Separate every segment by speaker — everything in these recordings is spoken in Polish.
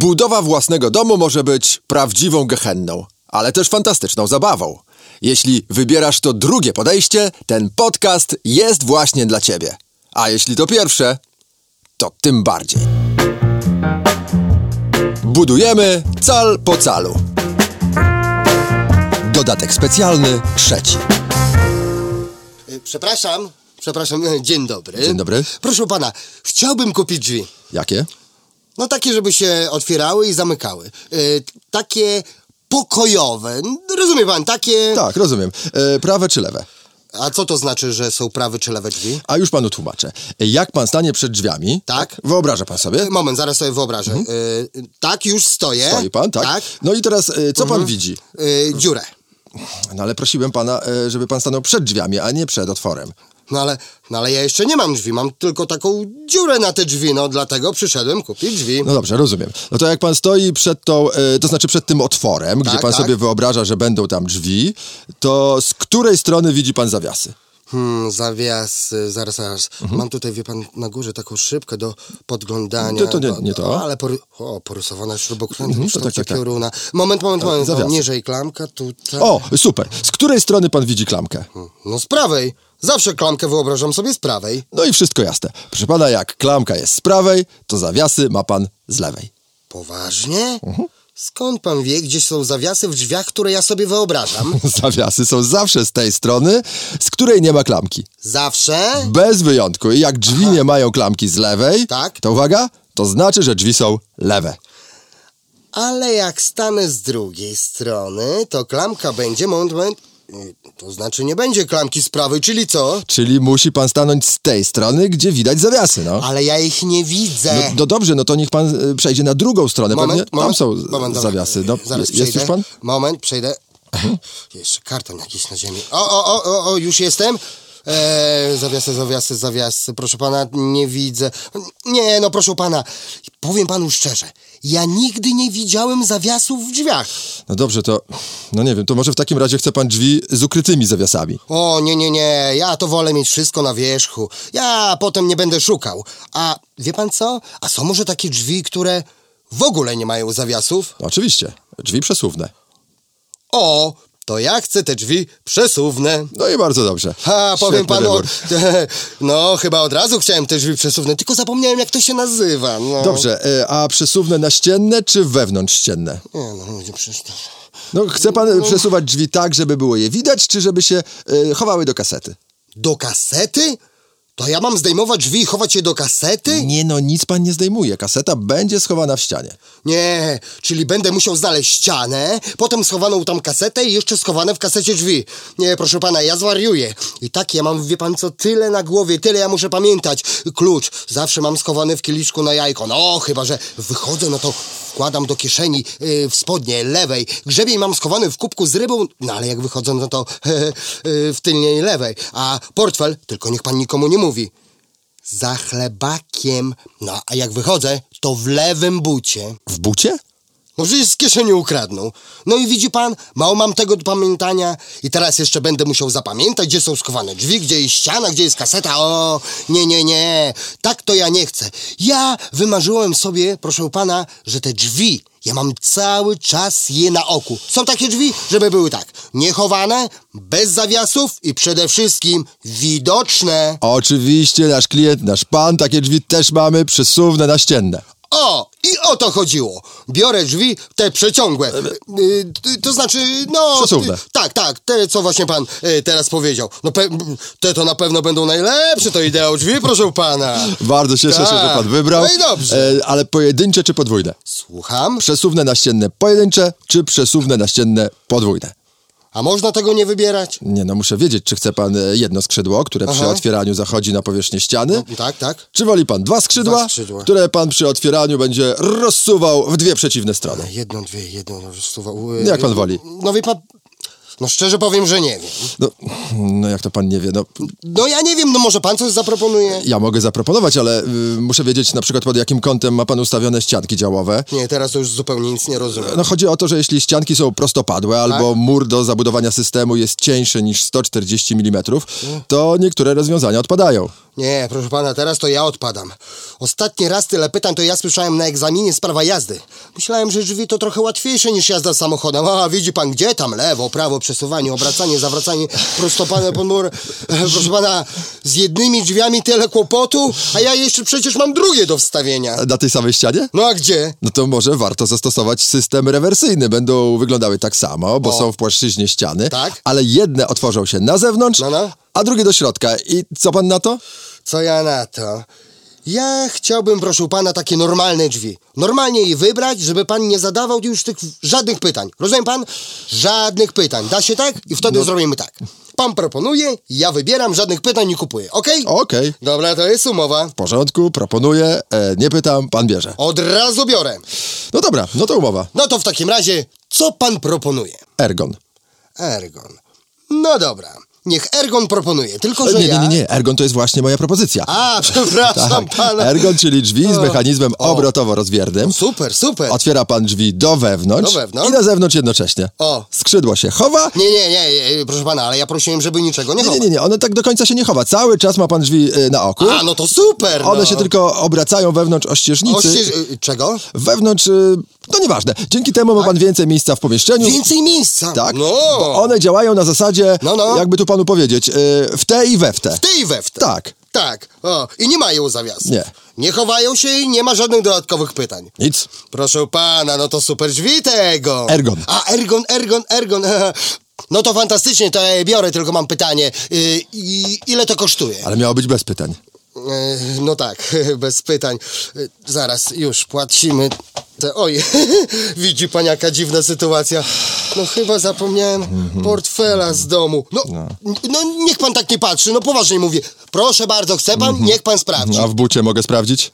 Speaker 1: Budowa własnego domu może być prawdziwą gehenną, ale też fantastyczną zabawą. Jeśli wybierasz to drugie podejście, ten podcast jest właśnie dla ciebie. A jeśli to pierwsze, to tym bardziej. Budujemy cal po calu. Dodatek specjalny trzeci.
Speaker 2: Y, Przepraszam, przepraszam, y, dzień dobry.
Speaker 1: Dzień dobry.
Speaker 2: Proszę pana, chciałbym kupić drzwi.
Speaker 1: Jakie?
Speaker 2: No takie, żeby się otwierały i zamykały. Y, takie pokojowe. Rozumie pan, takie.
Speaker 1: Tak, rozumiem. E, prawe czy lewe?
Speaker 2: A co to znaczy, że są prawe czy lewe drzwi?
Speaker 1: A już panu tłumaczę. Jak pan stanie przed drzwiami?
Speaker 2: Tak.
Speaker 1: Wyobraża pan sobie?
Speaker 2: Y, Moment, zaraz sobie wyobrażę. Y, tak, już stoję.
Speaker 1: Mhm. Stoi pan, tak?
Speaker 2: tak.
Speaker 1: No i teraz, e, co pan widzi?
Speaker 2: Y, dziurę.
Speaker 1: No ale prosiłem pana, e, żeby pan stanął przed drzwiami, a nie przed otworem.
Speaker 2: No ale, no ale ja jeszcze nie mam drzwi, mam tylko taką dziurę na te drzwi, no dlatego przyszedłem kupić drzwi.
Speaker 1: No dobrze, rozumiem. No to jak pan stoi przed tą, e, to znaczy przed tym otworem, gdzie
Speaker 2: Tak,
Speaker 1: pan
Speaker 2: tak.
Speaker 1: sobie wyobraża, że będą tam drzwi, to z której strony widzi pan zawiasy?
Speaker 2: Hmm, zawias, y, zaraz, zaraz.
Speaker 1: Mhm.
Speaker 2: Mam tutaj, wie pan, na górze taką szybkę do podglądania.
Speaker 1: To- to nie- nie to.
Speaker 2: O, ale pory, o, porysowana śrubokrętem
Speaker 1: Mhm,
Speaker 2: mm
Speaker 1: to tak, tak, tak.
Speaker 2: pioruna. Moment, moment, moment.
Speaker 1: zawiasy.
Speaker 2: O, niżej klamka, tutaj.
Speaker 1: O, super. Z której strony pan widzi klamkę?
Speaker 2: No z prawej. Zawsze klamkę wyobrażam sobie z prawej.
Speaker 1: No i wszystko jasne. Proszę pana, jak klamka jest z prawej, to zawiasy ma pan z lewej.
Speaker 2: Poważnie?
Speaker 1: Mhm.
Speaker 2: Skąd pan wie, gdzie są zawiasy w drzwiach, które ja sobie wyobrażam?
Speaker 1: Zawiasy są zawsze z tej strony, z której nie ma klamki.
Speaker 2: Zawsze?
Speaker 1: Bez wyjątku. I jak drzwi nie mają klamki z lewej,
Speaker 2: Tak.
Speaker 1: to uwaga, to znaczy, że drzwi są lewe.
Speaker 2: Ale jak stanę z drugiej strony, to klamka będzie, moment, moment. y, To znaczy nie będzie klamki z prawej, czyli co?
Speaker 1: Czyli musi pan stanąć z tej strony, gdzie widać zawiasy, no.
Speaker 2: Ale ja ich nie widzę.
Speaker 1: No, no dobrze, no to niech pan y, przejdzie na drugą stronę. Pewnie tam są z-
Speaker 2: moment,
Speaker 1: zawiasy. No,
Speaker 2: dobra. Zaraz
Speaker 1: jest
Speaker 2: przejdę.
Speaker 1: już pan? Mhm.
Speaker 2: Moment, przejdę. Jeszcze karton jakiś na ziemi. O, o, o, o, o już jestem. Eee, zawiasy, zawiasy, zawiasy. Proszę pana, nie widzę. Nie, no proszę pana, powiem panu szczerze. Ja nigdy nie widziałem zawiasów w drzwiach.
Speaker 1: No dobrze, to no nie wiem, to może w takim razie chce pan drzwi z ukrytymi zawiasami.
Speaker 2: O, nie, nie, nie, ja to wolę mieć wszystko na wierzchu. Ja potem nie będę szukał. A wie pan co? A są może takie drzwi, które w ogóle nie mają zawiasów?
Speaker 1: No, oczywiście, drzwi przesuwne.
Speaker 2: O, to ja chcę te drzwi przesuwne.
Speaker 1: No i bardzo dobrze.
Speaker 2: Ha, powiem
Speaker 1: Świetny
Speaker 2: panu.
Speaker 1: wybór.
Speaker 2: No, chyba od razu chciałem te drzwi przesuwne, tylko zapomniałem, jak to się nazywa. No.
Speaker 1: Dobrze, y, a przesuwne na ścienne czy wewnątrz ścienne?
Speaker 2: Nie, no, ludzie, przecież to...
Speaker 1: No, chce pan y, przesuwać drzwi tak, żeby było je widać, czy żeby się y, chowały do kasety?
Speaker 2: Do kasety? To ja mam zdejmować drzwi i chować je do kasety?
Speaker 1: Nie no, nic pan nie zdejmuje. Kaseta będzie schowana w ścianie.
Speaker 2: Nie, czyli będę musiał znaleźć ścianę, potem schowaną tam kasetę i jeszcze schowane w kasecie drzwi. Nie, proszę pana, ja zwariuję. I tak ja mam, wie pan co, tyle na głowie, tyle ja muszę pamiętać. Klucz zawsze mam schowany w kieliszku na jajko. No, chyba, że wychodzę, no to wkładam do kieszeni y, w spodnie lewej. Grzebień mam schowany w kubku z rybą, no ale jak wychodzę, no to y, w tylnej lewej. A portfel, tylko niech pan nikomu nie mówi. Za chlebakiem. No, a jak wychodzę, to w lewym bucie.
Speaker 1: W bucie?
Speaker 2: No przecież z kieszeni ukradną. No i widzi pan, mało mam tego do pamiętania i teraz jeszcze będę musiał zapamiętać, gdzie są schowane drzwi, gdzie jest ściana, gdzie jest kaseta. O, nie, nie, nie. Tak to ja nie chcę. Ja wymarzyłem sobie, proszę pana, że te drzwi, ja mam cały czas je na oku. Są takie drzwi, żeby były tak, niechowane, bez zawiasów i przede wszystkim widoczne.
Speaker 1: Oczywiście, nasz klient, nasz pan, takie drzwi też mamy, przesuwne na ścienne.
Speaker 2: O, i o to chodziło. Biorę drzwi, te przeciągłe.
Speaker 1: E,
Speaker 2: Y, y, to znaczy, no.
Speaker 1: Przesuwne.
Speaker 2: y, Tak, tak, te co właśnie pan y, teraz powiedział. No pe- m, te to na pewno będą najlepsze, to ideał drzwi, proszę pana.
Speaker 1: Bardzo się cieszę, że
Speaker 2: Tak.
Speaker 1: pan wybrał.
Speaker 2: No i dobrze.
Speaker 1: E, ale pojedyncze czy podwójne?
Speaker 2: Słucham?
Speaker 1: Przesuwne na ścienne pojedyncze, czy przesuwne na ścienne podwójne?
Speaker 2: A można tego nie wybierać?
Speaker 1: Nie no, muszę wiedzieć, czy chce pan e, jedno skrzydło, które przy
Speaker 2: Aha.
Speaker 1: otwieraniu zachodzi na powierzchnię ściany?
Speaker 2: Tak, tak.
Speaker 1: Czy woli pan dwa skrzydła,
Speaker 2: Dwa skrzydła.
Speaker 1: które pan przy otwieraniu będzie rozsuwał w dwie przeciwne strony?
Speaker 2: Jedno, dwie, jedno, no, rozsuwa.
Speaker 1: Jak pan woli?
Speaker 2: No wie pan. No szczerze powiem, że nie wiem.
Speaker 1: No, no jak to pan nie wie, no
Speaker 2: No ja nie wiem, no może pan coś zaproponuje?
Speaker 1: ja mogę zaproponować, ale y, muszę wiedzieć na przykład pod jakim kątem ma pan ustawione ścianki działowe.
Speaker 2: Nie, teraz to już zupełnie nic nie rozumiem.
Speaker 1: No chodzi o to, że jeśli ścianki są prostopadłe
Speaker 2: Tak.
Speaker 1: albo mur do zabudowania systemu jest cieńszy niż 140 mm, to niektóre rozwiązania odpadają.
Speaker 2: Nie, proszę pana, teraz to ja odpadam. Ostatni raz tyle pytań to ja słyszałem na egzaminie z prawa jazdy. Myślałem, że drzwi to trochę łatwiejsze niż jazda samochodem. A, widzi pan, gdzie tam? Lewo, prawo, przesuwanie, obracanie, zawracanie, prostopane pod mur. E, Proszę pana, z jednymi drzwiami tyle kłopotu, a ja jeszcze przecież mam drugie do wstawienia.
Speaker 1: Na tej samej ścianie?
Speaker 2: No a gdzie?
Speaker 1: No to może warto zastosować system rewersyjny. Będą wyglądały tak samo, bo
Speaker 2: O.
Speaker 1: są w płaszczyźnie ściany,
Speaker 2: No. Tak.
Speaker 1: ale jedne otworzą się na zewnątrz,
Speaker 2: No, no.
Speaker 1: a drugie do środka. I co pan na to?
Speaker 2: Co ja na to? Ja chciałbym, proszę pana, takie normalne drzwi. Normalnie je wybrać, żeby pan nie zadawał już tych żadnych pytań. Rozumie pan? Żadnych pytań. Da się tak? I
Speaker 1: No.
Speaker 2: wtedy zrobimy tak. Pan proponuje, ja wybieram, żadnych pytań nie kupuję. Okej?
Speaker 1: Okej,
Speaker 2: Dobra, to jest umowa.
Speaker 1: w porządku, proponuję, e, nie pytam, pan bierze.
Speaker 2: Od razu biorę.
Speaker 1: No dobra, no to umowa.
Speaker 2: No to w takim razie, co pan proponuje?
Speaker 1: Ergon. E,
Speaker 2: Ergon. No dobra. Niech Ergon proponuje, tylko że
Speaker 1: nie,
Speaker 2: ja...
Speaker 1: nie, nie, nie, ergon to jest właśnie moja propozycja.
Speaker 2: A, przepraszam pana.
Speaker 1: Ergon, czyli drzwi z
Speaker 2: O.
Speaker 1: mechanizmem
Speaker 2: O.
Speaker 1: obrotowo-rozwiernym.
Speaker 2: Super, super.
Speaker 1: Otwiera pan drzwi do wewnątrz,
Speaker 2: Do wewnątrz.
Speaker 1: i na zewnątrz jednocześnie.
Speaker 2: O.
Speaker 1: Skrzydło się chowa.
Speaker 2: Nie, nie, nie, e, proszę pana, ale ja prosiłem, żeby niczego nie
Speaker 1: Nie,
Speaker 2: chować.
Speaker 1: nie, nie, nie, one tak do końca się nie chowa. Cały czas ma pan drzwi y, na oku.
Speaker 2: A, no to super!
Speaker 1: One
Speaker 2: no.
Speaker 1: się tylko obracają wewnątrz ościeżnicy.
Speaker 2: Oścież... y, Czego?
Speaker 1: Wewnątrz, y, no nieważne. Dzięki temu ma pan więcej miejsca w pomieszczeniu.
Speaker 2: Więcej miejsca!
Speaker 1: Tak. Bo
Speaker 2: Tak. No!
Speaker 1: One działają na zasadzie,
Speaker 2: No, no.
Speaker 1: jakby tu panu powiedzieć, y, w te i we w te.
Speaker 2: Ty i we w te.
Speaker 1: Tak.
Speaker 2: Tak. O, i nie mają zawiasów.
Speaker 1: Nie.
Speaker 2: Nie chowają się i nie ma żadnych dodatkowych pytań.
Speaker 1: Nic.
Speaker 2: Proszę pana, no to super drzwi tego!
Speaker 1: Ergon.
Speaker 2: A, ergon, ergon, ergon. No to fantastycznie, to ja je biorę, tylko mam pytanie. Y, i- ile to kosztuje?
Speaker 1: Ale miało być bez pytań.
Speaker 2: E, No tak, bez pytań. E, Zaraz, już płacimy. Te, oj, widzi pan jaka dziwna sytuacja. No chyba zapomniałem portfela z domu. No, no. niech pan tak nie patrzy, no poważnie mówię. Proszę bardzo, chce pan? Niech pan sprawdzi.
Speaker 1: No, A w bucie mogę sprawdzić?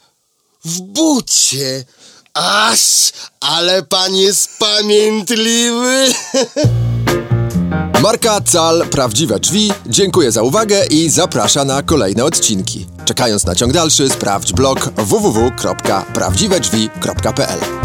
Speaker 2: W bucie. Aż, ale pan jest pamiętliwy.
Speaker 1: Marka Cal Prawdziwe Drzwi dziękuję za uwagę i zaprasza na kolejne odcinki. Czekając na ciąg dalszy, sprawdź blog www.prawdziwedrzwi.pl.